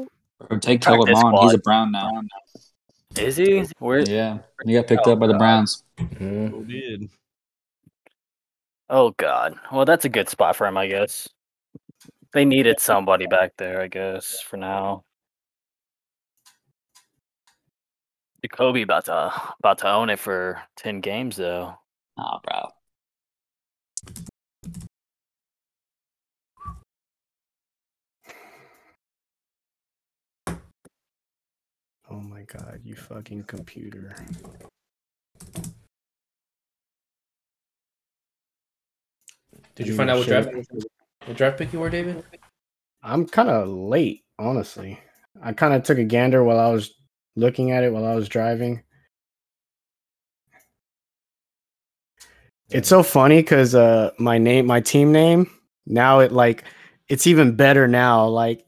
Bro, take Practice Telemon. He's squad. a Brown now. Is he? Where? Yeah, he got picked up by the Browns. Mhm. Who did? Oh God. Well, that's a good spot for him, I guess. They needed somebody back there, I guess, for now. Jacoby about to about to own it for ten games though. Nah, bro. Oh my god, you fucking computer. Did you find out what draft what draft pick you were, David? I'm kind of late, honestly. I kind of took a gander while I was looking at it while I was driving. It's so funny because uh, my name, my team name, now it like it's even better now. Like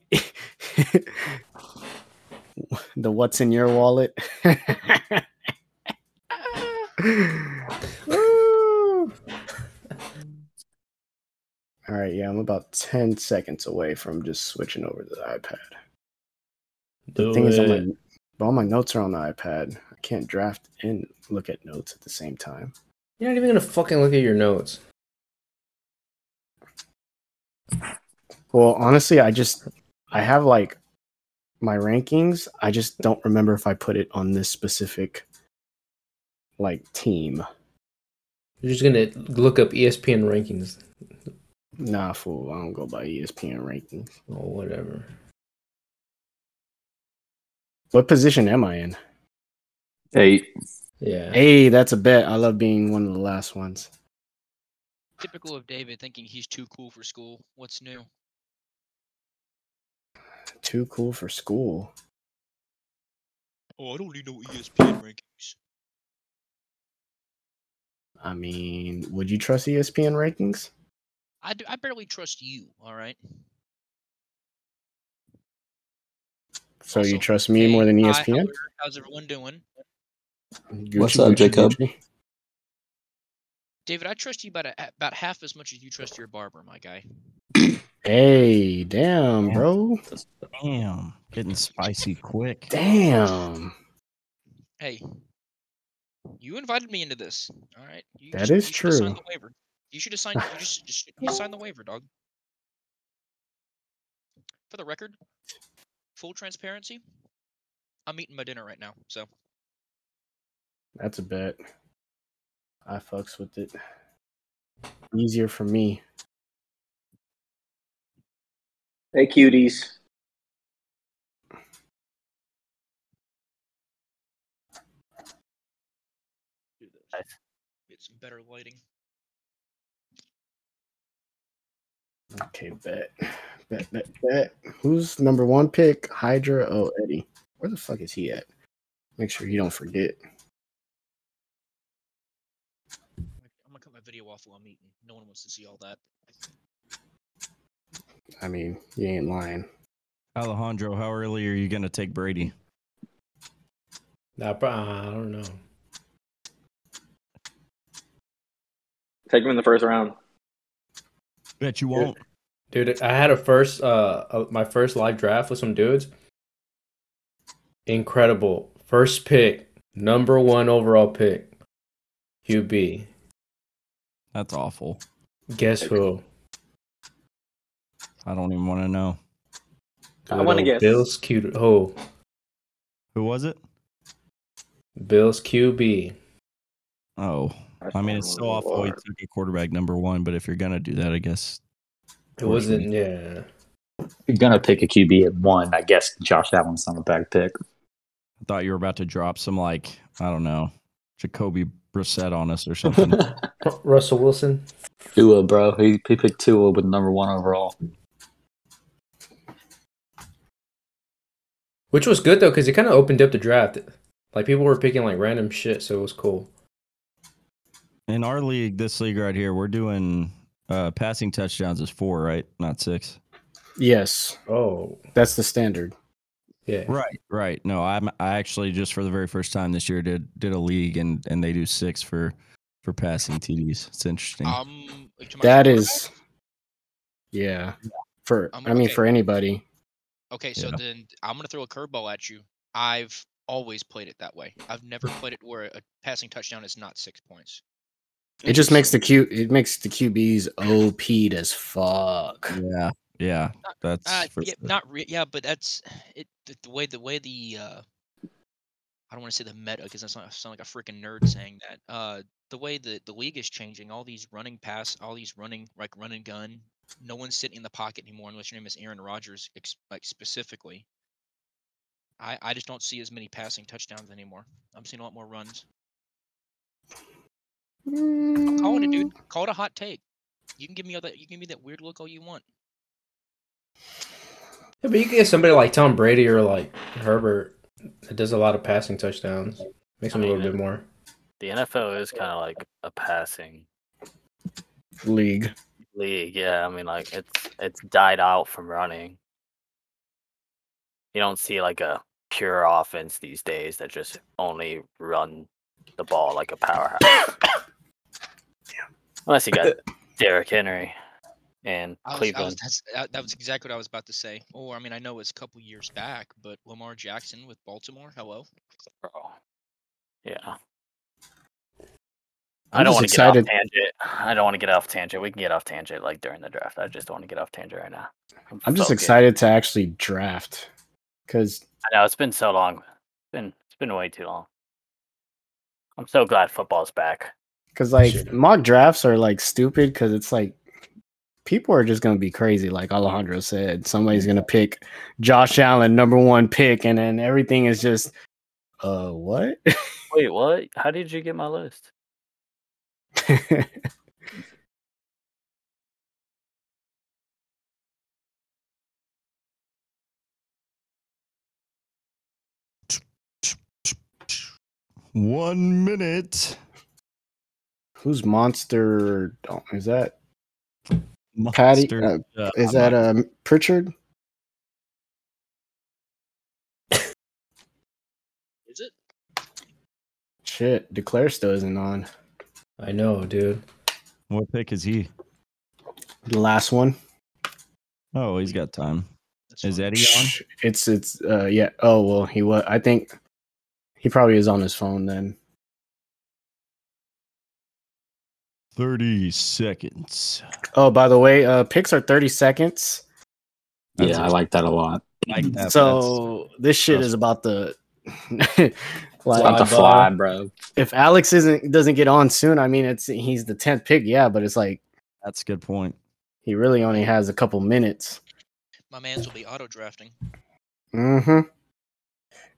the what's in your wallet. Woo. All right, yeah, I'm about 10 seconds away from just switching over to the iPad. Do Thing is, all it. my, all my notes are on the iPad. I can't draft and look at notes at the same time. You're not even gonna fucking look at your notes. Well, honestly, I just I have like my rankings. I just don't remember if I put it on this specific like team. You're just gonna look up E ESPN rankings Nah, fool. I don't go by E ESPN rankings. or Oh, whatever. What position am I in? Eight. Yeah. Hey, that's a bet. I love being one of the last ones. Typical of David thinking he's too cool for school. What's new? Too cool for school. Oh, I don't need no ESPN rankings. I mean, would you trust E ESPN rankings? I, do, I barely trust you, all right? So you Also, trust me hey, more than E hi, how ESPN? are- how's everyone doing? What's up, Jacob? Gucci. David, I trust you about a, about half as much as you trust your barber, my guy. Hey, damn, Yeah. bro. Damn, getting spicy quick. Damn. Hey, you invited me into this, all right? You That just- is you should've signed true. the waiver. You should have signed. You just, just you signed the waiver, dog. For the record, full transparency, I'm eating my dinner right now, so That's a bet. I fucks with it. Easier for me. Hey, cuties. it's better lighting. Okay, bet. Bet, bet, bet. Who's number one pick? Hydra. Oh, Eddie. Where the fuck is he at? Make sure you don't forget. I'm gonna cut my video off while I'm eating. No one wants to see all that. I mean, you ain't lying. Alejandro, how early are you going to take Brady? Nah, bro, I don't know. Take him in the first round. Bet you Dude. won't. Dude, I had a first uh uh, my first live draft with some dudes. Incredible. First pick, number 1 overall pick. QB. That's awful. Guess who? I don't even want to know. I Good wanna old guess. Bills Q oh, Who was it? Bills QB. Oh, I mean, it's so awful. He took a quarterback number one, but if you're going to do that, I guess. It wasn't yeah. You're gonna pick a QB at one, I guess. Josh, that one's not a bad pick. I thought you were about to drop some, like, I don't know, Jacoby Brissett on us or something. Tua, Russell Wilson. bro. He, he picked Tua with number one overall. Which was good though, because it kind of opened up the draft. Like people were picking like random shit, so it was cool. In our league, this league right here, we're doing uh passing touchdowns is four, right? Not six. Yes, Oh that's the standard. yeah, Right, right. No, I'm I actually just for the very first time this year did did a league and and they do six for for passing TDs. It's interesting. Um, to my That quarterback? is, yeah. For Um, I mean, okay. for anybody. Okay, so Yeah. then I'm gonna throw a curveball at you. I've always played it that way. I've never played it where a passing touchdown is not six points. It just makes the Q. It makes the QBs OP'd as fuck. Yeah, yeah. That's Uh, for yeah, sure. not re- yeah, but that's it. The, the way the way the uh, I don't want to say the meta because that's not sound like a freaking nerd saying that. Uh, the way the the league is changing, all these running pass, all these running like run and gun. No one's sitting in the pocket anymore unless your name is Aaron Rodgers, ex- like specifically. I I just don't see as many passing touchdowns anymore. I'm seeing a lot more runs. I'm calling it, dude. Call it a hot take. You can give me all that. You can give me that weird look all you want. Yeah, but you can get somebody like Tom Brady or like Herbert that does a lot of passing touchdowns. Makes I him a little mean, bit more. The NFL is kind of like a passing League. league. Yeah, I mean, like it's it's died out from running. You don't see like a pure offense these days that just only run the ball like a powerhouse. Unless you got Derrick Henry and I was, I was, Cleveland. that's, that, that was exactly what I was about to say. Or I mean, I know it's a couple years back, but Lamar Jackson with Baltimore. Hello. Bro. Yeah. I'm I don't just want to get off excited- tangent. I don't want to get off tangent. We can get off tangent like during the draft. I just don't want to get off tangent right now. I'm just focused. excited to actually draft because I know it's been so long. It's been it's been way too long. I'm so glad football's back. because like Shit. mock drafts are like stupid because it's like people are just gonna be crazy. Like Alejandro said, somebody's gonna pick Josh Allen number one pick, and then everything is just uh what? Wait, what? How did you get my list? One minute. Who's monster? oh, Is that Patty? Monster. Uh, Yeah, is I'm that not- um Pritchard? Is it? Shit, Declare still isn't on I know, dude. What pick is he? the last one. Oh, he's got time. That's Is fine. Eddie on? Shh, It's it's uh yeah. Oh well, he was. I think he probably is on his phone then. Thirty seconds. Oh, by the way, uh picks are thirty seconds. That's yeah, I it. like that a lot. Like that, but that's- so this shit that's- is about the It's like uh, about to Fly fly, bro. if Alex isn't doesn't get on soon. I mean, it's he's the tenth pick, yeah, but it's like that's a good point. he really only has a couple minutes. My man's will be auto drafting. Mm-hmm.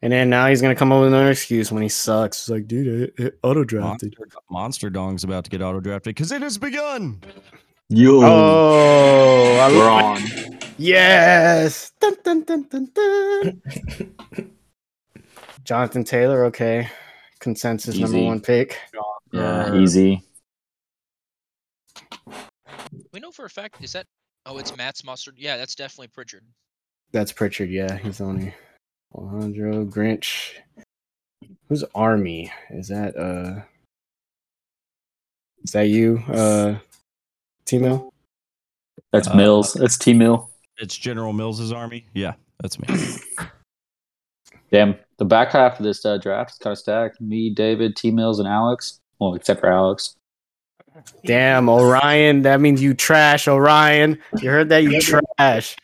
And then now he's gonna come up with another excuse when he sucks. It's like, dude, I, I auto drafted. Monster, Monster Dong's about to get auto drafted because it has begun. Yo, Oh, I we're on. Yes. Dun, dun, dun, dun, dun. Jonathan Taylor, okay. Consensus number Easy. one pick. Yeah, easy. We know for a fact. Is that? Oh, it's Matt's mustard. Yeah, that's definitely Pritchard. That's Pritchard, yeah. He's on here. Alejandro Grinch. Who's Army? Is that uh is that you, uh Timo? That's Uh, Mills. That's T Mill. It's General Mills's army. Yeah, that's me. Damn, the back half of this uh, draft is kind of stacked. Me, David, T Mills, and Alex. Well, except for Alex. Damn, Orion. That means you trash, Orion. You heard that you trash.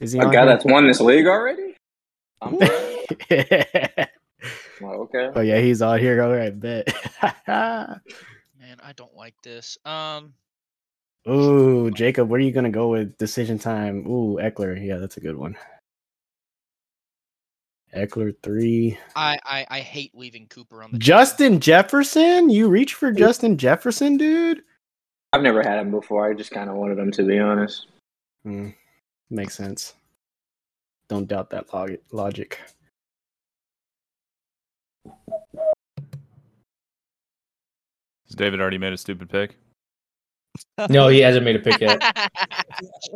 Is he A on guy here? that's won this league already? I'm well, okay. oh yeah, he's on here. All right, bet. Man, I don't like this. Um, Ooh, Jacob, where are you gonna go with decision time? Ooh, Eckler. Yeah, that's a good one. Eckler three. I I, I hate leaving Cooper on the. table. Justin Jefferson. You reach for Justin Jefferson, dude. I've never had him before. I just kind of wanted him to be honest. Hmm, makes sense. Don't doubt that log- logic. Has David already made a stupid pick? No, he hasn't made a pick yet.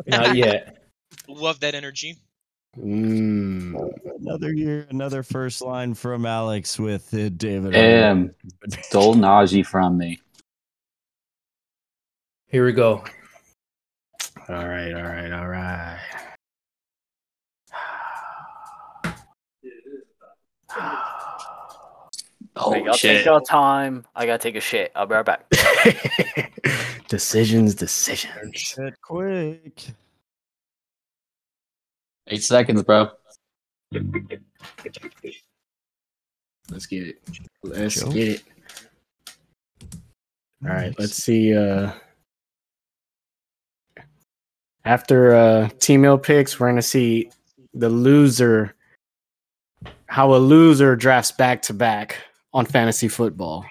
Not yet. Love that energy. Mm. another year, another first line from Alex with uh, David. Arnold. Damn, stole Najee from me. Here we go. All right, all right, all right. Hey, Oh y'all take shit! your time. I gotta take a shit. I'll be right back. decisions, decisions. Shit, quick. Eight seconds, bro. Let's get it. Let's Joe? get it. All right, let's see. Uh, after uh, team meal picks, we're gonna see the loser how a loser drafts back to back on fantasy football.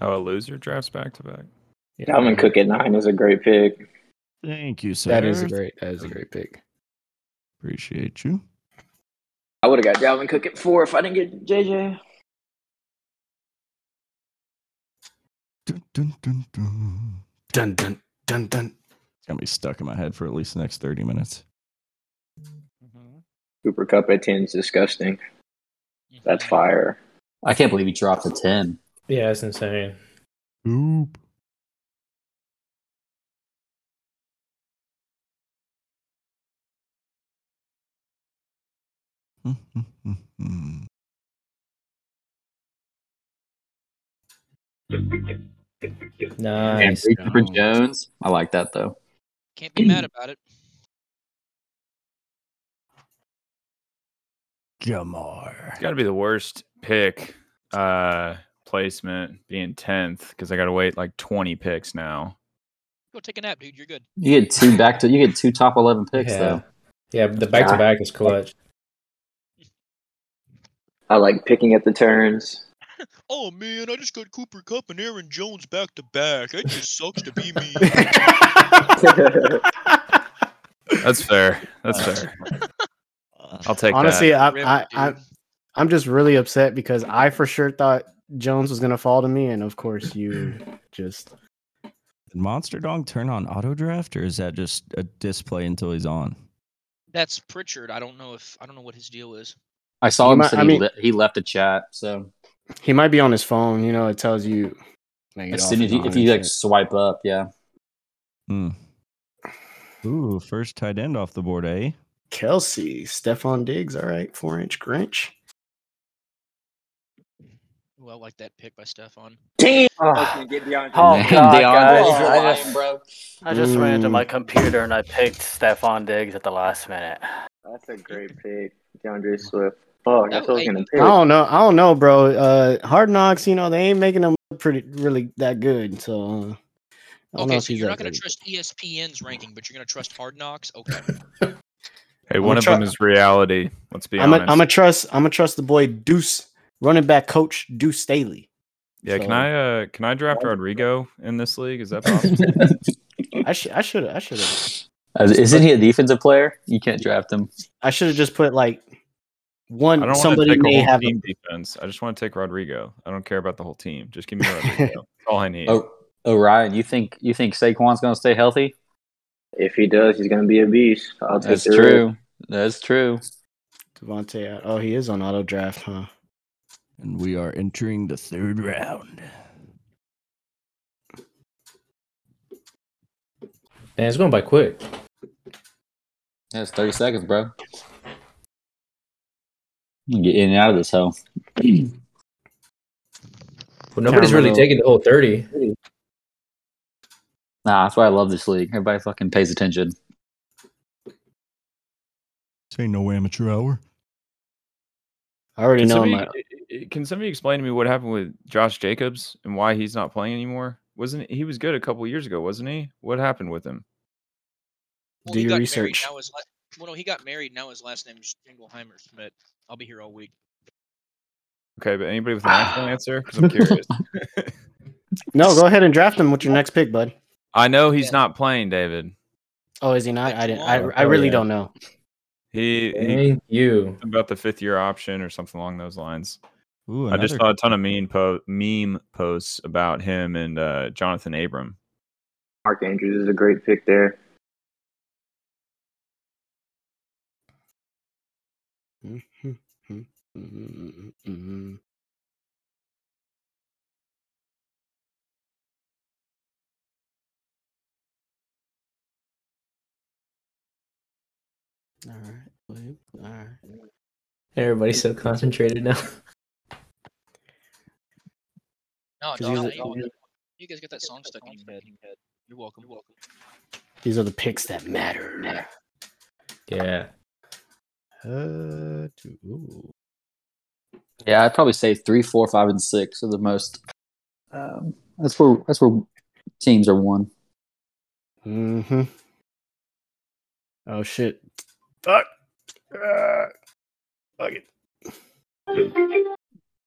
Oh, a loser drafts back to back. Dalvin Cook at nine is a great pick. Thank you, sir. That is a great. That is a great pick. Appreciate you. I would have got Dalvin Cook at four if I didn't get JJ. Dun, dun, dun, dun. Dun dun dun dun. It's gonna be stuck in my head for at least the next thirty minutes. Cooper Cup at ten is disgusting. That's fire. I can't believe he dropped a ten. Yeah, it's insane. Oop. And Nice. for Jones, I like that though. Can't be mad about it. Jamar. It's got to be the worst pick uh placement being 10th because I got to wait like 20 picks now. Go take a nap, dude. You're good. You get two back to you get two top eleven picks yeah. though. Yeah, the back to back is clutch. I like picking at the turns. Oh man, I just got Cooper Cup and Aaron Jones back to back. It just sucks to be me. That's fair. That's fair. I'll take Honestly, that. I, Rip, I, I dude. I'm just really upset because I for sure thought Jones was gonna fall to me, and of course you just Did Monster Dong turn on auto draft, or is that just a display until he's on? That's Pritchard. I don't know if I don't know what his deal is. I saw You him might- said I he, mean- le- he left a chat. So He might be on his phone. You know, it tells you. Like, as soon as you, if you like swipe up, yeah, Hmm. Ooh, first tight end off the board, eh? Kelsey, Stefan Diggs, all right, four inch Grinch. Ooh, I like that pick by Stefan. Damn. Ah. Okay, get DeAndre. Oh, Damn, God, DeAndre, guys. you're I lying, just- bro. I just ran into Mm. my computer and I picked Stefan Diggs at the last minute. That's a great pick, DeAndre Swift. Fuck, that's what I was gonna I pick. Oh. don't know. I don't know, bro. Uh, Hard Knocks, you know, they ain't making him look pretty really that good. So uh, I don't know Okay, if so he's you're that not gonna good. trust E ESPN's ranking, but you're gonna trust Hard Knocks. Okay. hey, I'ma one of try- them is reality. Let's be I'm a, honest. I'm a trust. I'm a trust the boy Deuce, running back coach Deuce Staley. yeah, can so- I uh can I draft Rodrigo in this league? Is that possible? I should I should I should have As- Isn't he a defensive player? You can't draft him. I should have just put like I don't one want somebody to take may a whole have team him. defense. I just want to take Rodrigo. I don't care about the whole team. Just give me Rodrigo. That's all I need. Oh, oh, Ryan, you think you think Saquon's gonna stay healthy? If he does, he's gonna be a beast. I'll take That's the risk. true. That's true. Devontae. Oh, he is on auto draft, huh? And we are entering the third round. Man, it's going by quick. That's thirty seconds, bro. You can Get in and out of this hell. Well, nobody's really Caramel. taking the whole 30. Nah, that's why I love this league. Everybody fucking pays attention. This ain't no amateur hour. I already Can know somebody, my i- i- can somebody explain to me what happened with Josh Jacobs and why he's not playing anymore? Wasn't he was good a couple years ago, wasn't he? What happened with him? Well, Do he your got married, research. Now his la- well, no, he got married. Now his last name is Jingleheimer Schmidt. I'll be here all week. Okay, but anybody with an actual answer? Because I'm curious. No, go ahead and draft him with your next pick, bud. I know he's Yeah. not playing, David. Oh, is he not? I didn't. I, Oh, I really yeah. don't know. He, he Thank you. about the fifth year option or something along those lines. Ooh, I just another- saw a ton of meme po- meme posts about him and uh, Jonathan Abram. Mark Andrews is a great pick there. Mm-hmm. All right. All right. Everybody's so concentrated now. No, 'Cause dog, he's a- y'all- you guys got that song stuck in your head. You're welcome. You're welcome. These are the picks that matter. Yeah. Uh, to- ooh. Yeah, I'd probably say three, four, five, and six are the most. Um, that's where that's where teams are won. Mm-hmm. Oh shit. Fuck. Uh, fuck it.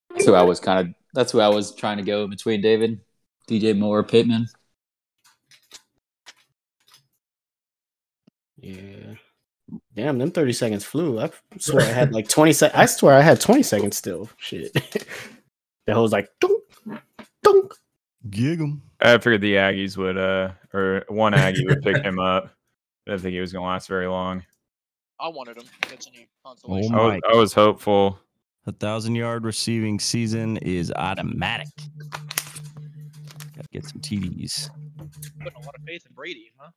That's who I was kind of. That's who I was trying to go in between David, DJ Moore, Pittman. Yeah. Damn, them 30 seconds flew. I swear I had like 20 seconds. I swear I had 20 seconds still. Shit. the hoe's like, dunk, dunk. Gig 'em. I figured the Aggies would, uh, or one Aggie would pick him up. I didn't think he was going to last very long. I wanted him. That's a new Oh consolation. I was, my. I was hopeful. A thousand yard receiving season is automatic. Gotta get some TDs. Putting a lot of faith in Brady, huh?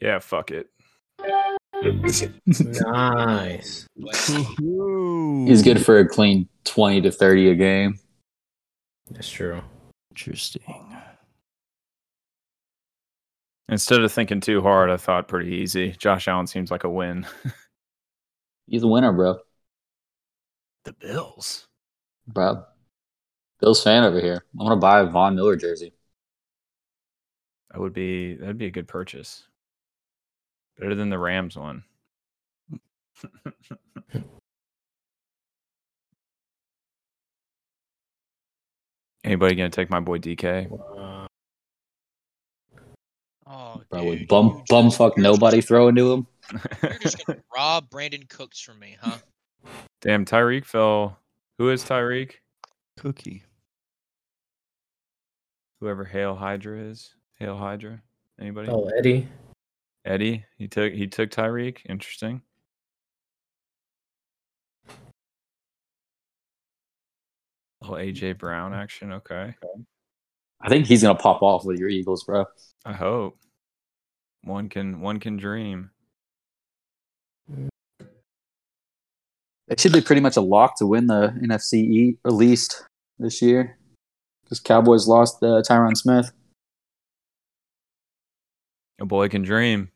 Yeah, fuck it. Nice. He's good for a clean twenty to thirty a game. That's true. Interesting. Instead of thinking too hard, I thought pretty easy. Josh Allen seems like a win. He's a winner, bro. The Bills. Bro, Bills fan over here. I'm gonna buy a Von Miller jersey. That would be that'd be a good purchase. Better than the Rams one. Anybody gonna take my boy DK? Uh, Wow. Oh, Bro, dude, would bum you bum just- fuck you're nobody Just, throw into him. you're just gonna rob Brandon Cooks from me, huh? Damn, Tyreek fell. Who is Tyreek? Cookie. Whoever Hail Hydra is. Hail Hydra. Anybody? Oh, Eddie. Eddie. He took he took Tyreek. Interesting. Oh, AJ Brown action. Okay. I think he's gonna pop off with your Eagles, bro. I hope. One can one can dream. It should be pretty much a lock to win the NFC E- at least this year. Because Cowboys lost uh, Tyron Smith. A boy can dream.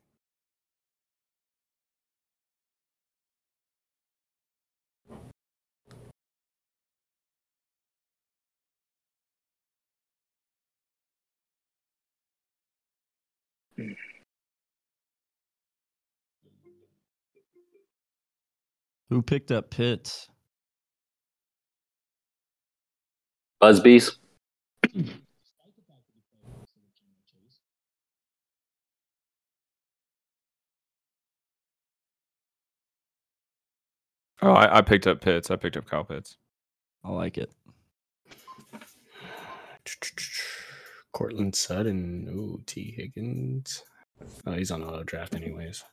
Who picked up Pitts? Buzzbees. Oh, I, I picked up Pitts. I picked up Kyle Pitts. I like it. Cortland Sutton. Ooh, T. Higgins. Oh, he's on auto draft, anyways.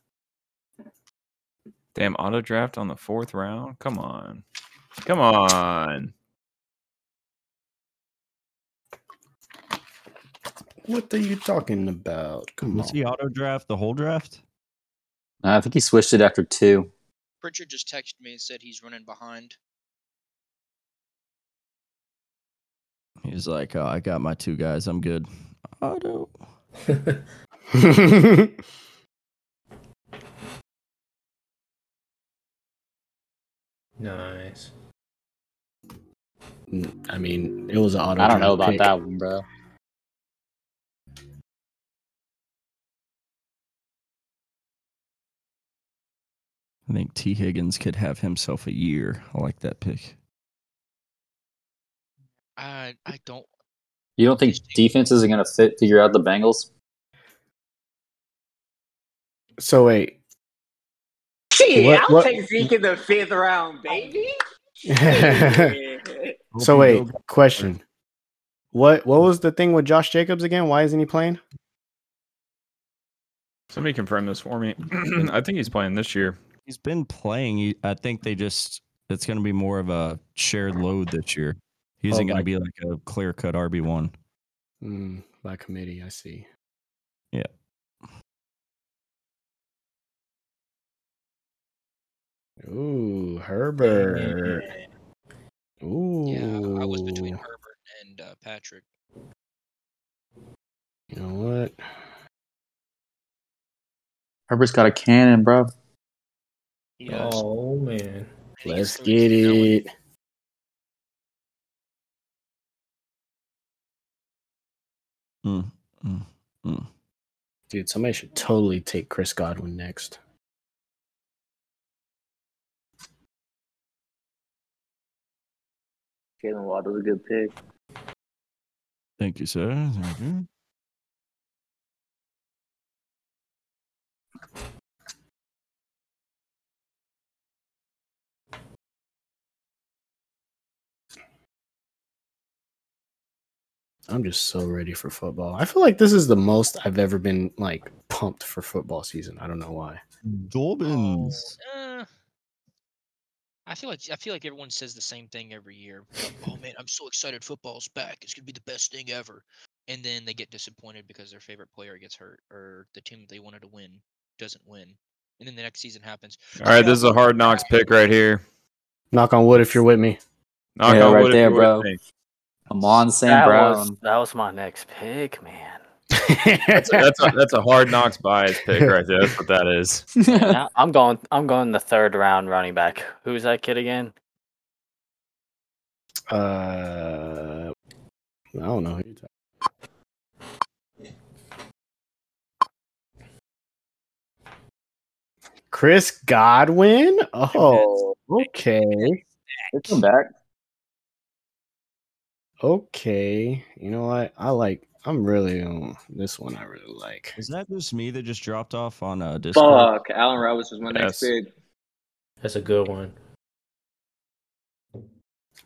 Damn, auto draft on the fourth round. Come on, come on. What are you talking about? Come Was on. he auto draft the whole draft? Uh, I think he switched it after two. Pritchard just texted me and said he's running behind. He's like, oh, I got my two guys. I'm good. Auto. nice. I mean, it was an auto I don't know draft about pick. that one, bro. I think T. Higgins could have himself a year. I like that pick. I I don't. You don't think defenses are going to fit figure out the Bengals? So, wait. Shit, What- I'll what- take Zeke in the fifth round, baby. Shit. So, wait, question. What what was the thing with Josh Jacobs again? Why isn't he playing? Somebody confirm this for me. I think he's playing this year. He's been playing. He- I think they just, it's going to be more of a shared load this year. He isn't Oh, going to like- be like a clear cut RB1. Hmm, Mm, by committee, I see. Ooh, Herbert. Ooh. Yeah, I was between Herbert and uh, Patrick. You know what? Herbert's got a cannon, bro. Yeah, Oh man. he Let's threw get to no one. it. Mm, mm, mm. Dude, somebody should totally take Chris Godwin next. Jalen Waddle's a good pick. Thank you, sir. Thank you. I'm just so ready for football. I feel like this is the most I've ever been like pumped for football season. I don't know why. Dobbins. Uh, I feel like I feel like everyone says the same thing every year. Like, oh man, I'm so excited! Football's back. It's gonna be the best thing ever. And then they get disappointed because their favorite player gets hurt, or the team that they wanted to win doesn't win. And then the next season happens. All right, this is a hard knocks pick right here. Knock on wood if you're with me. Knock Yeah, on right wood if there, you would bro. think. Amon St. that Brown. was that was my next pick, man. That's a, that's a, that's a hard knocks bias pick right there. That's what that is. Now, I'm going. I'm going the third round running back. Who's that kid again? uh, I don't know. who you're talking- Chris Godwin? Oh, okay. It's him back. Okay. You know what? I like, I'm really, um, this one I really like. Is that just me that just dropped off on uh, Discord? Fuck, Allen Roberts was my next Yes. pick. That's a good one.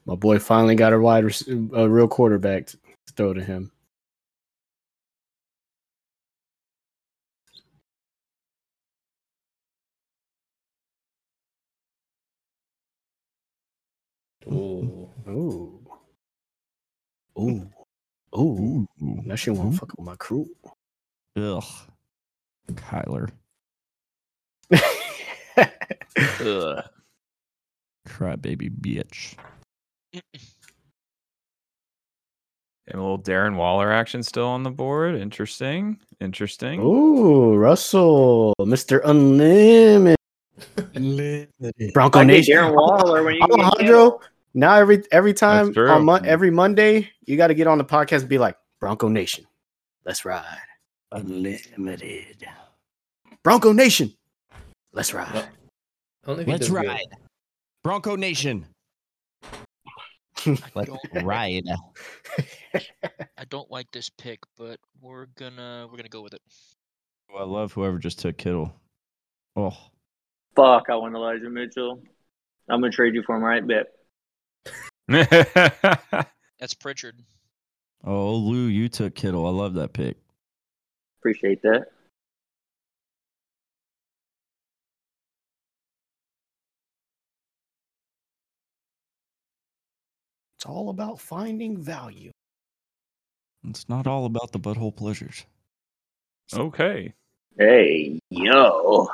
My boy finally got a wide, rec- a real quarterback to throw to him. Ooh. Ooh. Ooh. Ooh. Ooh. Now she won't fuck with my crew. Ugh. Kyler. Ugh. Crybaby bitch. And a little Darren Waller action still on the board. Interesting. Interesting. Ooh, Russell, Mr. Unlimited. Bronco I get Nation. Oh, Darren Waller when you can get Alejandro, now every every time true. on mon- every Monday, you got to get on the podcast and be like, Bronco Nation, let's ride. Unlimited. Bronco Nation, let's ride. Only if he Let's does good. ride. Bronco Nation. I Let's don't, ride. I don't like this pick, but we're gonna we're gonna go with it. Oh, I love whoever just took Kittle. Oh, Fuck, I want Elijah Mitchell. I'm gonna trade you for him right bet. That's Pritchard. oh, Lou, you took Kittle. I love that pick. Appreciate that. It's all about finding value. It's not all about the butthole pleasures. okay. Hey, yo.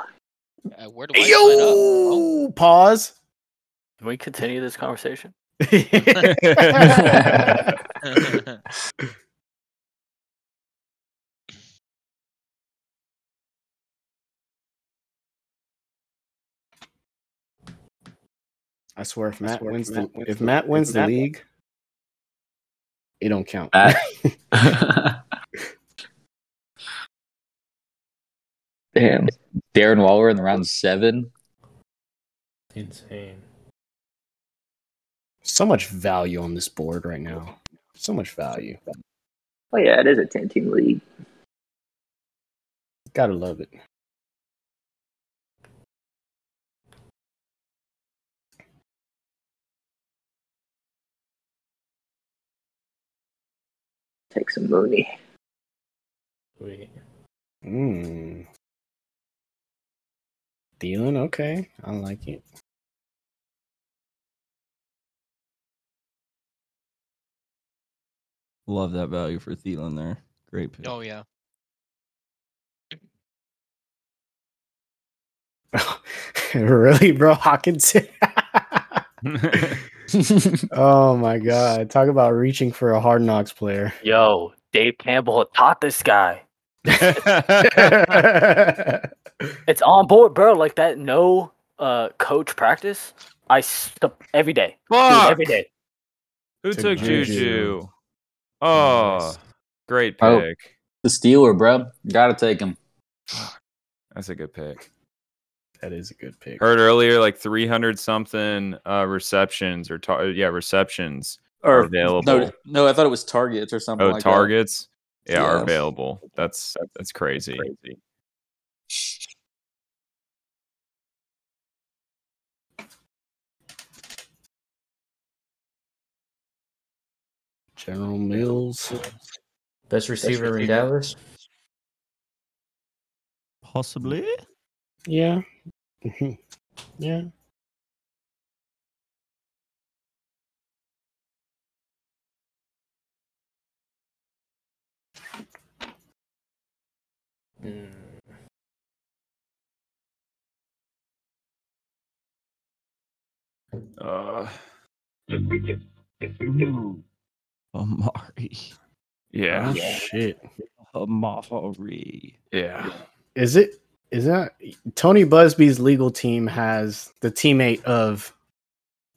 Uh, where do I sign up? Oh, Yo, pause. Can we continue this conversation? Oh. I swear, if Matt swear if wins, Matt the, wins if the- Matt if wins the Matt- league, it don't count. Matt. Damn. Darren Waller in the round seven. Insane. so much value on this board right now. So much value. Oh yeah, it is a ten team league. Gotta love it. Take some Mooney. Sweet. Mm. Dealing okay. I like it. Love that value for Thielen there. Great pick. oh yeah. really, bro? Hawkinson. oh my god. Talk about reaching for a hard knocks player. Yo, Dave Campbell taught this guy. It's on board, bro. Like that no uh coach practice. I st- every day. Dude, Fuck! every day. Who Took took Juju. Juju? Oh, Nice. great pick. Oh. The Steeler, bro. Gotta take him. That's a good pick. that is a good pick. Heard earlier like 300 something uh receptions or tar- yeah, receptions are Or available. no, no, I thought it was targets or something. oh, like targets. Yeah, are Yeah. available. That's that's crazy. General Mills. Best receiver in Dallas. Possibly. Yeah. Mhm. yeah. Mm. Uh, Amari. yeah, Oh, shit. Amari. yeah. Is it is that Tony Busby's legal team has the teammate of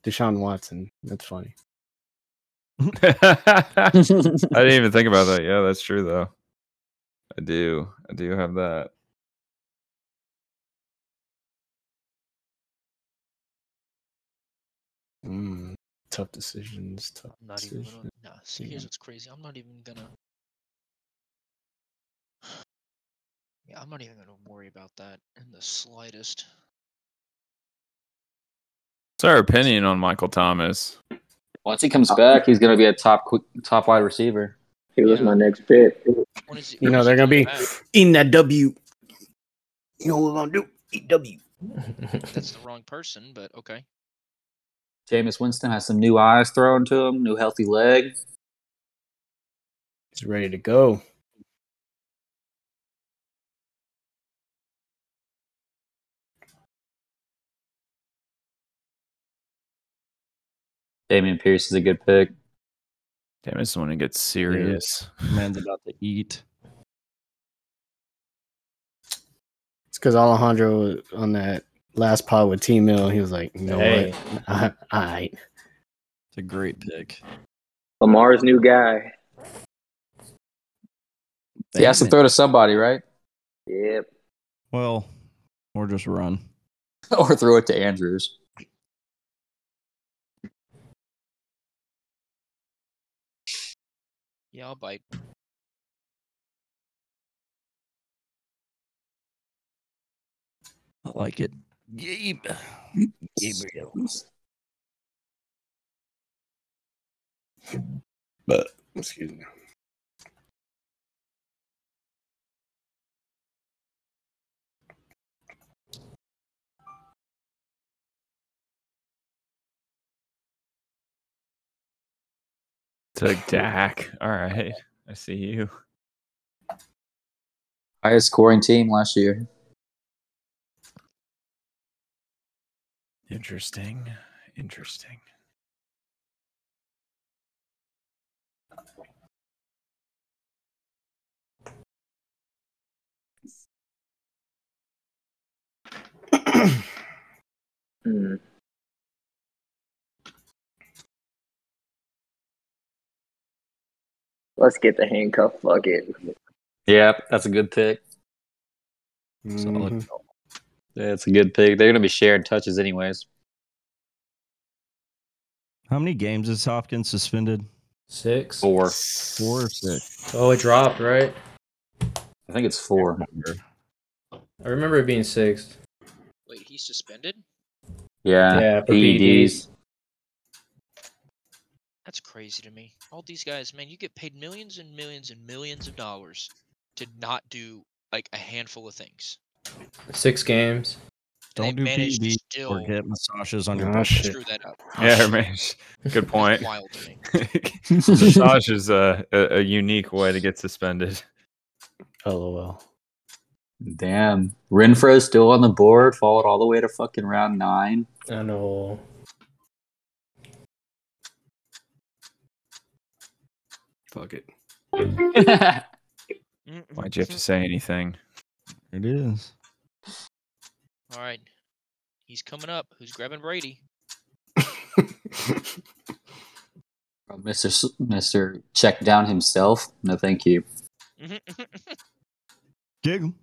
Deshaun Watson. That's funny. I that. didn't even think about that. Yeah, that's true though. I do. I do have that. Mm, tough decisions. Tough I'm not even. Gonna, decisions. nah, see, here's Yeah. what's crazy. I'm not even gonna. Yeah, I'm not even gonna worry about that in the slightest. It's our opinion on Michael Thomas. Once he comes back, he's gonna be a top quick, top wide receiver. He was my next pick. When is it- You when know is they're it gonna be back? eating that W. You know what we're gonna do? Eat W. That's the wrong person, but okay. Jameis Winston has some new eyes thrown to him, new healthy leg. He's ready to go. Damian Pierce is a good pick. Damn, this one gets serious. Man's about to eat. It's because Alejandro on that last pod with T Mill, he was like, you know Hey, what? I, I It's a great pick. Lamar's new guy. He has to throw to somebody, right? Yep. Well, or just run. or throw it to Andrews. Yeah, I'll bite. I like it. Gabe. Gabriel. but excuse me. Took Dak. All right. I see you. Highest scoring team last year. Interesting. Interesting. Hmm. Let's get the handcuff. Fuck it. Yeah, that's a good pick. Solid. Mhm. That's a good pick. They're going to be sharing touches anyways. How many games is Hopkins suspended? Six. Oh. Four. Four or six? Oh, it dropped, right? I think it's four. I remember it being six. Wait, he's suspended? Uh, Yeah. Yeah, for E PEDs. That's crazy to me. All these guys, man, you get paid millions and millions and millions of dollars to not do like a handful of things. E Six games. And Don't they do managed to PEDs still or get massages on your Oh, E shit. screw that up. Yeah, man. Good point. That's wild to me. Massage is a, a, a unique way to get suspended. LOL. Damn. Renfro is still on the board, followed all the way to fucking round nine. I know. Fuck it. Mm-hmm, Why'd you have to say anything? It is. All right. He's coming up. Who's grabbing Brady? From Mr. S- Mr. Check down himself. No, thank you. Giggle.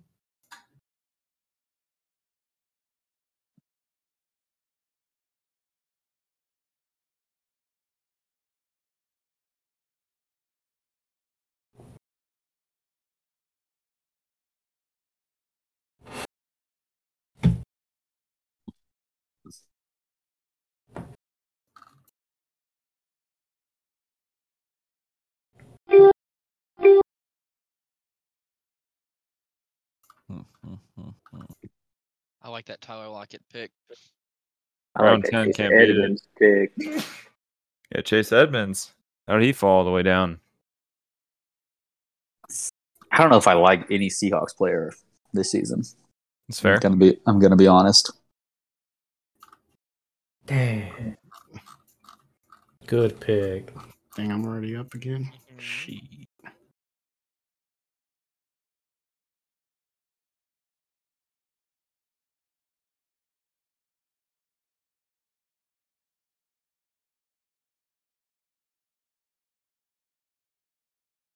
Hmm, I like that Tyler Lockett pick. I like Round that 10 Chase can't beat it. Edmonds pick. Yeah, Chase Edmonds. How did he fall all the way down? I don't know if I like any Seahawks player this season. It's fair. I'm gonna be I'm gonna be honest. Dang. Good pick. Dang, I'm already up again. Shit.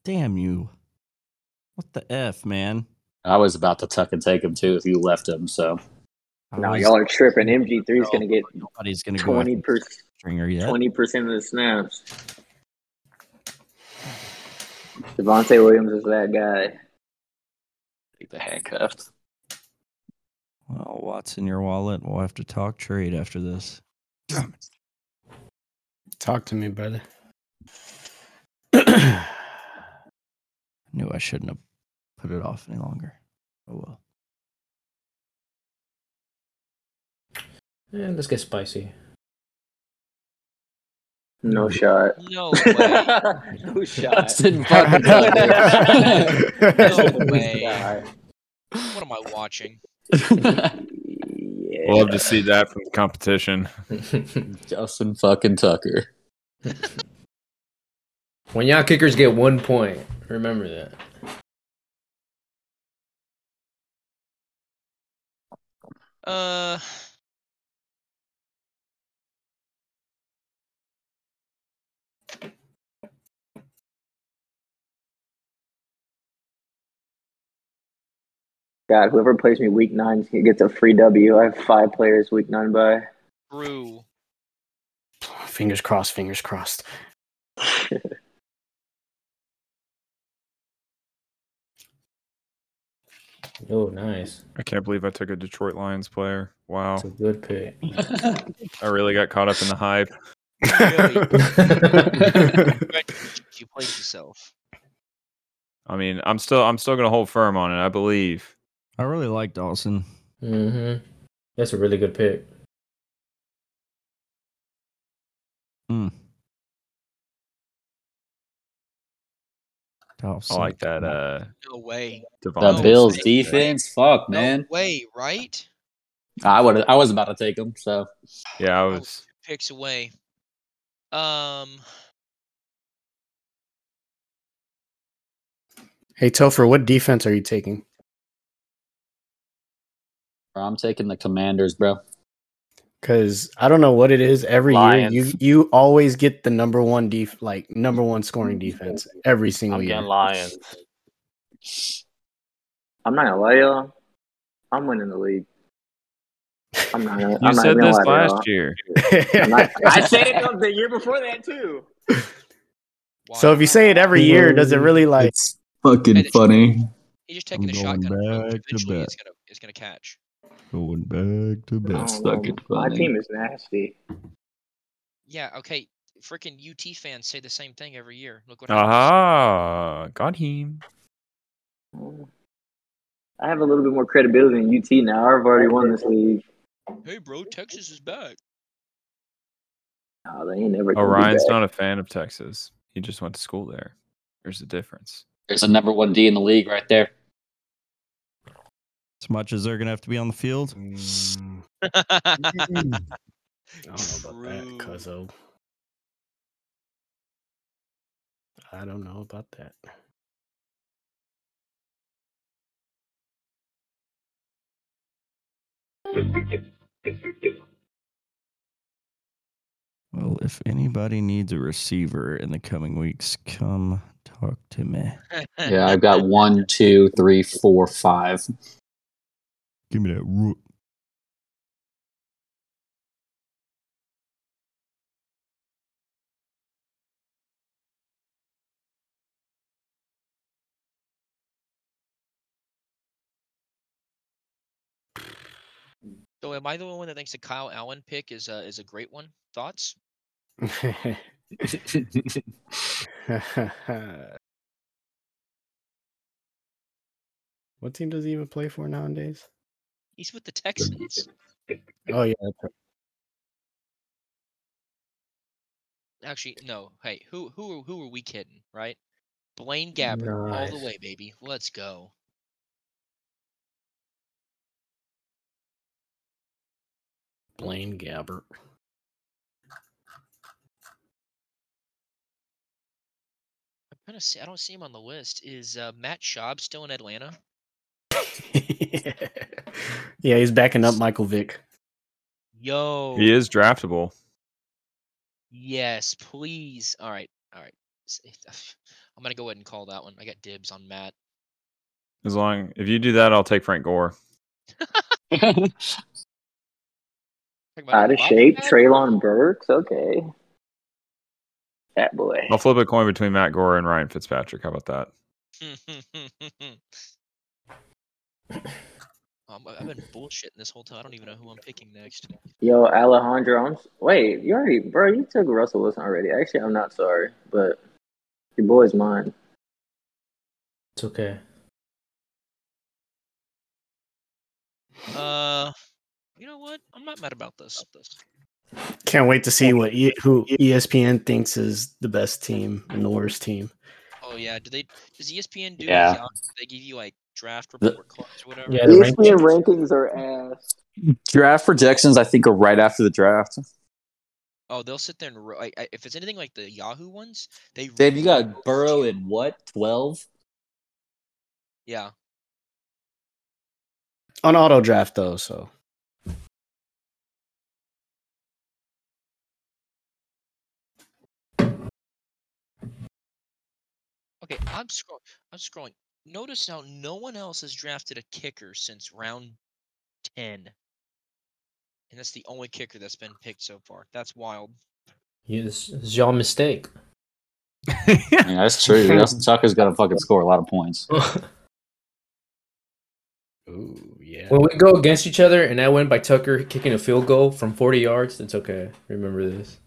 Damn you. What the F, man? I was about to tuck and take him too if you left him, so I No, was- y'all are tripping. MG3 is going to get Nobody's gonna go after 20 per, stringer yet. 20% of the snaps. Devontae Williams is that guy. take the handcuffed. Well, what's in your wallet? We'll have to talk trade after this. Talk to me, brother. Knew I shouldn't have put it off any longer. Oh well. And Eh, let's get spicy. No Mm-hmm. shot. No way. no shot. fucking No No way. What am I watching? Yeah. We'll have to see that from the competition. Justin fucking Tucker. when y'all kickers get one point, remember that. Uh. God, whoever plays me week nine gets a free W. I have five players week nine by. Brew. Fingers crossed, fingers crossed. Oh, nice. I can't believe I took a Detroit Lions player. Wow. It's a good pick. I really got caught up in the hype. Really? That's Congratulations, you played yourself. I mean, I'm still I'm still gonna hold firm on it, I believe. I really like Dawson. hmm That's a really good pick. Mm. Dawson. I like that uh No way. The Devontae Oh, Bills Smith. defense, fuck man. No way, right? I would I was about to take him, so Yeah, I Oh, was two picks away. Um. Hey Topher, what defense are you taking? I'm taking the Commanders, bro. Because I don't know what it is. Every Lions. year, you you always get the number one def, like number one scoring defense every single I'm year. getting Lions. I'm not gonna lie, y'all. I'm winning the league. I'm not. Gonna, You I'm said not gonna this lie to y'all. last year. I'm not- I said it the year before that too. so if you say it every year, does it really like? It's fucking funny. He's just taking I'm a going shotgun approach. back to Eventually, back. it's gonna, it's gonna catch. going back to I back. That's don't know. fucking My funny. team is nasty. Yeah. Okay. Freaking UT fans say the same thing every year. Look what happens. Uh-huh. Aha. Got him. I have a little bit more credibility than UT now. I've already won this league. Hey, bro, Texas is back. Oh, they ain't never. gonna be Orion's back. not a fan of Texas. He just went to school there. There's a difference. There's a number one D in the league right there. As much as they're gonna have to be on the field. Mm, I I don't know about that, Cuzzo. I don't know about that. Well, if anybody needs a receiver in the coming weeks, come talk to me. Yeah, I've got one, two, three, four, five. Give me that root. So am I the one that thinks the Kyle Allen pick is a is a great one? Thoughts? what team does he even play for nowadays? He's with the Texans. Oh yeah, that's right. Actually, no. Hey, who who are- who are we kidding, right? Blaine Gabbert, all Nice. the way, baby. Let's go. Blaine Gabbert. I'm trying to see. I don't see him on the list. Is uh, Matt Schaub still in Atlanta? yeah, he's backing up Michael Vick. Yo. He is draftable. Yes, please. All right. All right. S- if- I'm gonna go ahead and call that one. I got dibs on Matt. As long if you do that, I'll take Frank Gore. Talking about Out Bobby of shape, Matt? Traylon Burks. Okay, that boy. I'll flip a coin between Matt Gore and Ryan Fitzpatrick. How about that? Um, I- I've been bullshitting this whole time. I don't even know who I'm picking next. Yo, Alejandro. I'm s- wait. You already, bro. You took Russell Wilson already. Actually, I'm not sorry, but your boy's mine. It's okay. Uh, you know what? I'm not mad about this. this. Can't wait to see what e- who ESPN thinks is the best team and the worst team. Oh yeah, do they? Does ESPN do? Yeah. these out- They give you like draft The- report cards or whatever. Yeah, the These ranking- rankings are ass. Draft projections, I think, are right after the draft. Oh, they'll sit there and ro- I, I, if it's anything like the Yahoo ones, they. Dave, you rotate got Burrow you. in what, 12? Yeah. On auto draft though, so Okay, I'm scrolling. I'm scrolling. Notice how no one else has drafted a kicker since round ten, and that's the only kicker that's been picked so far. That's wild. You, this this is y'all mistake. I mean, that's true. Justin Tucker's got to fucking score a lot of points. ooh yeah. when we go against each other and I win by Tucker kicking a field goal from 40 yards, it's okay. Remember this.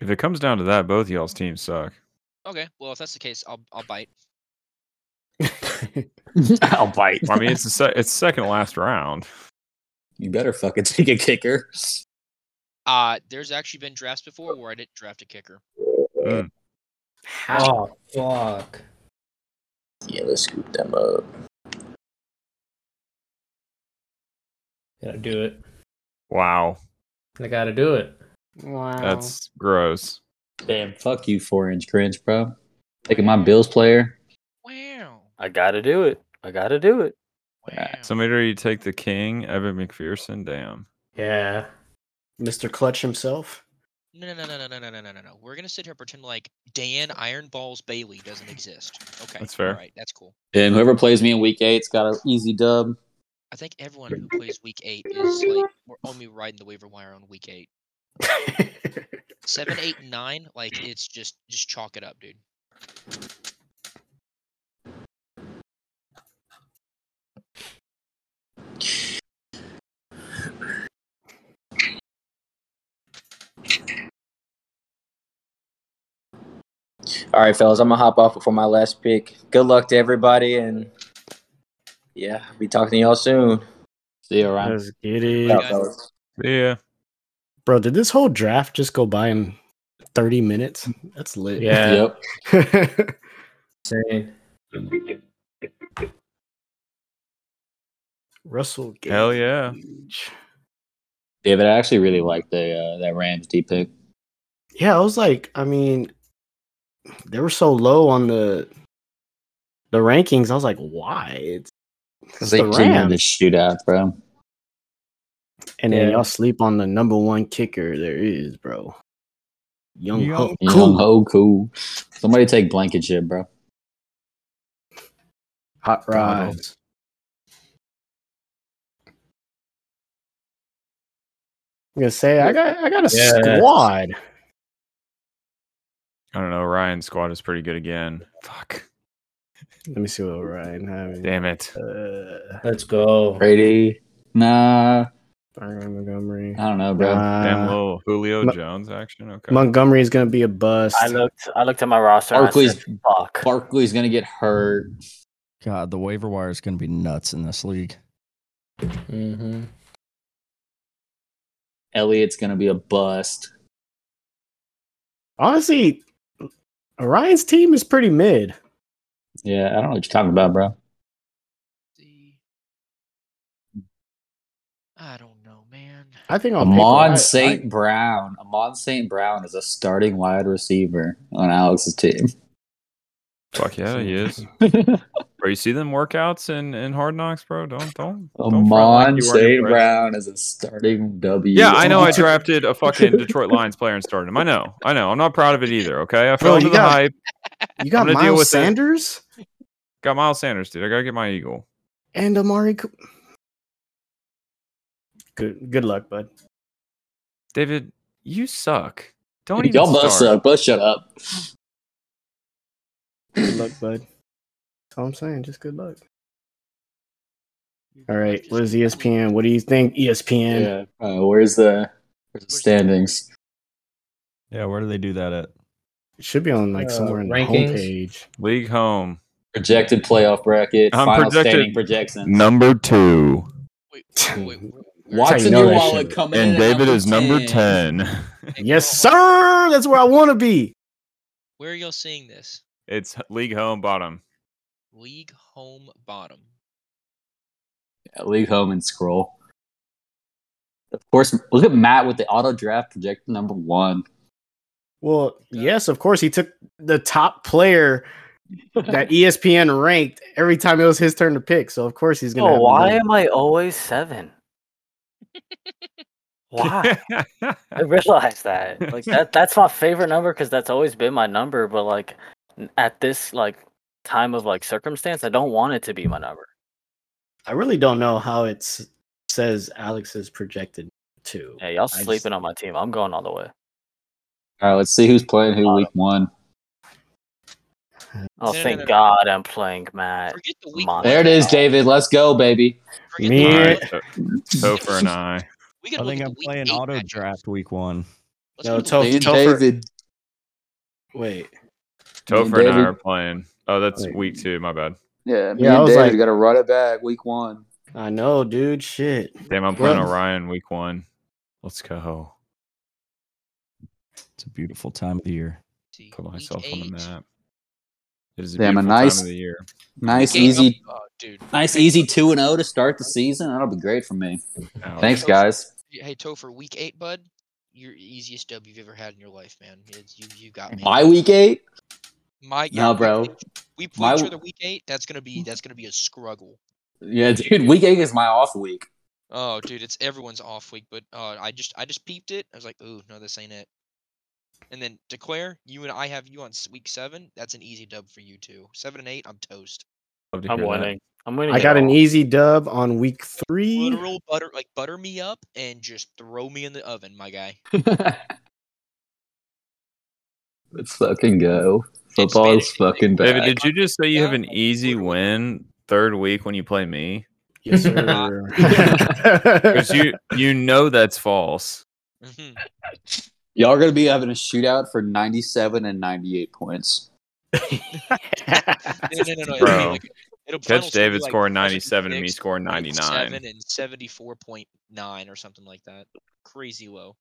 If it comes down to that, both y'all's teams suck. Okay, well if that's the case, I'll I'll bite. I'll bite. Well, I mean, it's the se- it's second last round. You better fucking take a kicker. Uh there's actually been drafts before where I didn't draft a kicker. Oh fuck. Yeah, let's scoop them up. Gotta do it. Wow, I gotta do it. wow. that's gross. Damn, fuck you, four inch cringe, bro. Taking my Bills player. Wow. I gotta do it. I gotta do it. Wow. Somebody already take the king, Evan McPherson. Damn. Yeah. Mr. Clutch himself. No no no no no no no no no no. We're gonna sit here and pretend like Dan Ironballs Bailey doesn't exist. Okay. That's fair. All right, that's cool. And whoever plays me in week eight's got an easy dub. I think everyone who plays week eight is like we're only riding the waiver wire on week eight. Seven, eight, and nine, like it's just just chalk it up, dude. All right, fellas, I'm gonna hop off before my last pick. Good luck to everybody, and yeah, be talking to y'all soon. See you around. Let's get it. Out, guys. fellas. Yeah. Bro, did this whole draft just go by in 30 minutes? That's lit. Yeah. Yep. Insane. Russell Gage. Hell yeah. Yeah, but I actually really like the uh, that Rams D pick. Yeah, I was like, I mean, they were so low on the the rankings. I was like, why? It's, it's they the came in the Rams. shootout, bro. And then Yeah. y'all sleep on the number one kicker there is, bro. Young Young Ho. Young Ho cool. Somebody take Blankenship, bro. Hot God. rods. I'm gonna say I got I got a Yeah. squad. I don't know. Ryan's squad is pretty good again. Fuck. Let me see what Ryan having. Damn it. Uh, Let's go. Brady. Nah, Byron Montgomery. I don't know, bro. Damn Uh, little Julio Mo- Jones action. Okay. Montgomery is gonna be a bust. I looked. I looked at my roster. and I Barkley's- said, Fuck. Barkley's gonna get hurt. God, the waiver wire is going to be nuts in this league. Mm-hmm. Elliott's gonna be a bust. Honestly, Ryan's team is pretty mid. Yeah, I don't know what you're talking about, bro. See. I don't know, man. I think on paper, Oh, I- I- Amon St. Brown. Amon St. Brown is a starting wide receiver on Alex's team. Fuck yeah, he is. Bro, you see them workouts and and hard knocks, bro. Don't don't. don't front like Amon you weren't St. impressed. Brown is a starting W. Yeah, I know. I drafted a fucking Detroit Lions player and started him. I know. I know. I'm not proud of it either. Okay, I fell Bro, into you the got- hype. You got I'm gonna deal Miles with it. Sanders Got Miles Sanders, dude. I gotta get my eagle. and Amari. Coo- Good good luck, bud. David, you suck. Don't even. Y'all both start. suck. Both shut up. Good luck, bud. That's all I'm saying. Just good luck. All right. What is E ESPN? What do you think, E ESPN? Yeah. Uh, where's the where's the standings? Yeah, where do they do that at? It should be on like Uh, somewhere in rankings? the homepage. League home Projected playoff bracket. I'm final projected- standing projection. number two, Wait, wait, wait, where- where- Watch Hey, Watson you know that Uwala shit. coming in. at hold Yes, on, hold on. sir. That's where I want to be. Where are y'all seeing this? It's league home bottom. League home bottom. League home and scroll. Of course, look at Matt with the auto draft projected number one. Well, yes, of course. He took the top player that E ESPN ranked every time it was his turn to pick. So of course he's Oh, gonna. Yo, have Oh, why another- am I always seven? Why? I realize that. Like that that's my favorite number because that's always been my number, but like n- at this like time of like circumstance, I don't want it to be my number. I really don't know how it's says Alex is projected to. Yeah, y'all just- sleeping on my team. I'm going all the way. All right, let's see who's playing who week one. Oh No, no, no, thank no, no. God I'm playing Matt. Forget the week. Mon- one. There it is, David. Let's go, baby. Forget Me- the All week right, one. so, Topher and I. We I gotta look think at I'm the week playing eight auto matchups. draft week one. Let's No, go to the Toph- week- Dude, Topher- David. Wait. Topher and I David. are playing. Oh, that's Wait. week two. My bad. Yeah, me Yeah, I and was David like- got to run it back week one. I know, dude. Shit. Damn, I'm playing Well- Orion week one. Let's go. It's a beautiful time of the year. see, Put week damn, a eight. nice. It is a Damn, a beautiful nice- time of the year. Nice, Game up- easy, oh, dude. nice, easy two and zero to start the season. That'll be great for me. Ouch. Thanks, guys. Hey Topher, week eight, bud. Your easiest dub you've ever had in your life, man. It's, you you got me. My week eight. My yeah, No, we- bro. We play My- each other week eight. That's gonna be that's gonna be a struggle. Yeah, dude. Week eight is my off week. Oh, dude, it's everyone's off week, but uh, I just I just peeped it. I was like, ooh, no, this ain't it. And then declare you and I have you on s- week seven. That's an easy dub for you too. Seven and eight, I'm toast. Love to I'm hear that. winning. I'm winning. I it got an E. all. easy dub on week three. Literal butter, like butter me up and just throw me in the oven, my guy. Let's fucking go. It's Football is Spanish, I think. fucking bad. David, did you just say you have an Yeah. easy win third week when you play me? Yes, Because sir. you you know that's false. Mhm. Y'all are gonna be having a shootout for ninety-seven and ninety-eight points. no, no, no, no. It'll be Bro. like, it'll final Catch still be David like scoring 97 and me 76, scoring 99. 97 and seventy four point nine or something like that. Crazy low.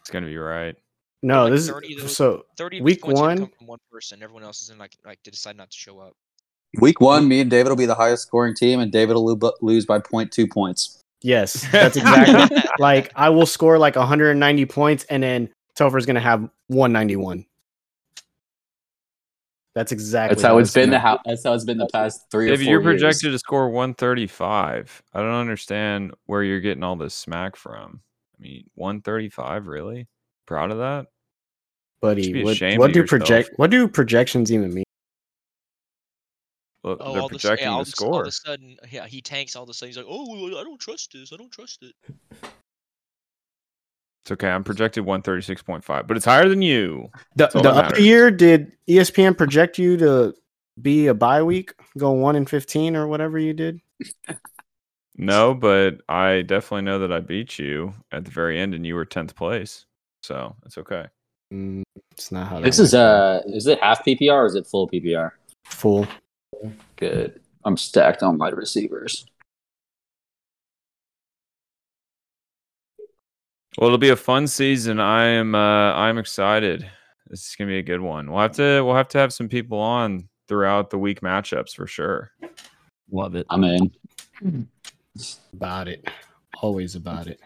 It's going to be right. no, Like this 30 of is those- so Thirty of these Week points are gonna one- come from one person. Everyone else is in like like to decide not to show up. Week one, me and David will be the highest scoring team, and David will lo- lose by 0.2 points. Yes, that's exactly. like I will score like 190 points, and then Topher's gonna have 191. That's exactly. That's how what it's been the gonna- how, that's how it's been the past three If or 4 you're years. projected to score 135, I don't understand where you're getting all this smack from. I mean, 135, really? Proud of that? should be buddy. What, ashamed what of do yourself. project? What do projections even mean? Look, Oh, they're all, this, projecting yeah, all, the of a s- all score. of a sudden, yeah, he tanks. All of a sudden, he's like, "Oh, I don't trust this. I don't trust it." It's okay. I'm projected 136.5, but it's higher than you. The, That's all the that upper matters. year did E ESPN project you to be a bye week, go one in 15 or whatever you did? No, but I definitely know that I beat you at the very end, and you were 10th place. So it's okay. Mm, it's not how that This is works, man. uh is it half PPR or is it full PPR? fool. Good. I'm stacked on wide receivers. Well, it'll be a fun season. I am uh I'm excited. This is gonna be a good one. We'll have to we'll have to have some people on throughout the week matchups for sure. Love it. I'm in. About it. Always about it.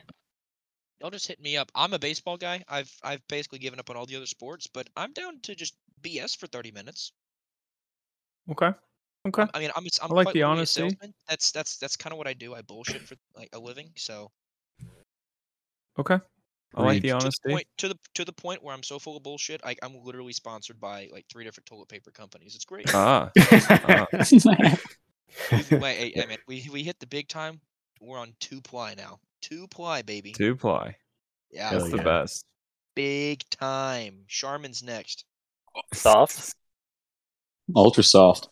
Y'all just hit me up. I'm a baseball guy. I've I've basically given up on all the other sports, but I'm down to just BS for 30 minutes. Okay. Okay. I'm- I mean, I'm s- I'm I like quite literally the a honesty. salesman. That's that's that's kind of what I do. I bullshit for like a living. So Okay. I like the to the honesty. point to the to the point where I'm so full of bullshit, I, I'm literally sponsored by like three different toilet paper companies. It's great. Ah, Either way, I, I mean, we we hit the big time. We're on two ply now. Two ply, baby. two ply. Yeah, That's the yeah. best. big time. Charmin's next, Soft. Ultra soft.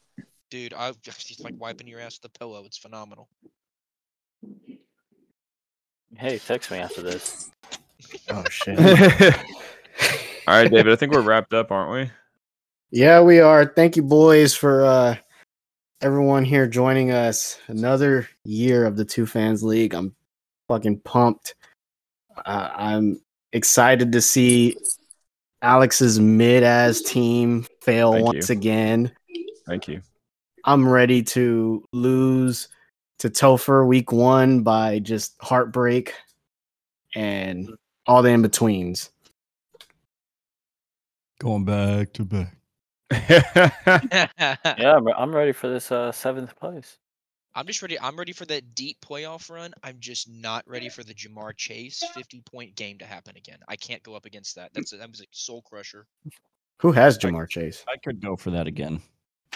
dude. I it's like wiping your ass with a pillow. It's phenomenal. Hey, text me after this. Oh shit. All right, David. I think we're wrapped up, aren't we? yeah, we are. Thank you boys for uh everyone here joining us. Another year of the Two Fans League. I'm fucking pumped. Uh, I'm excited to see Alex's mid-ass team fail Thank you. once again. Thank you. I'm ready to lose to Topher week one by just heartbreak and Mm. all the in betweens. Going back to back. Yeah, I'm, I'm ready for this uh, seventh place. I'm just ready. I'm ready for that deep playoff run. I'm just not ready for the Jamar Chase 50 point game to happen again. I can't go up against that. That's a, that was a soul crusher. Who has Jamar Chase? I could go for that again.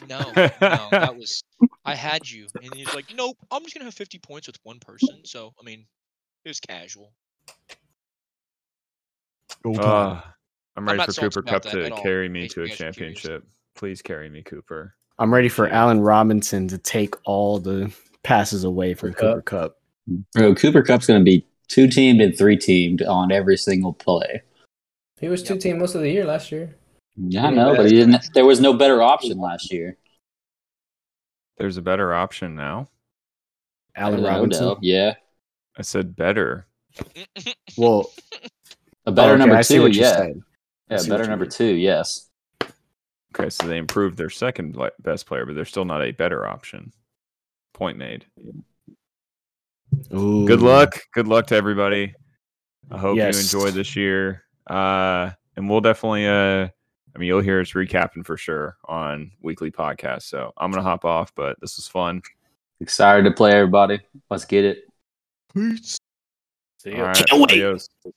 No, no, that was. I had you, and he's like, nope. I'm just gonna have 50 points with one person. So I mean, it was casual. Go Uh, Tide. I'm ready not for salty Cooper about Cup that to at all, carry in me case to a you guys are curious. championship. Please carry me, Cooper. I'm ready for Allen Robinson to take all the passes away from Cooper Cooper Cup. Bro, Cooper Cup's gonna be two teamed and three teamed on every single play. He was two team most of the year last year. Yeah, I know, but he didn't there was no better option last year. There's a better option now. Allen Than Robinson. Odell. Yeah. I said better. Well, A better okay, number I see two, what you yeah. said. I Yeah, see what better you number mean. two, yes. Okay, so they improved their second le- best player, but they're still not a better option. Point made. Good Ooh. luck. Good luck to everybody. I hope Yes. you enjoy this year. Uh, and we'll definitely, uh, I mean, you'll hear us recapping for sure on weekly podcasts. So I'm going to hop off, but this was fun. Excited to play everybody. Let's get it. Peace. See All ya. right, Can't wait. adios.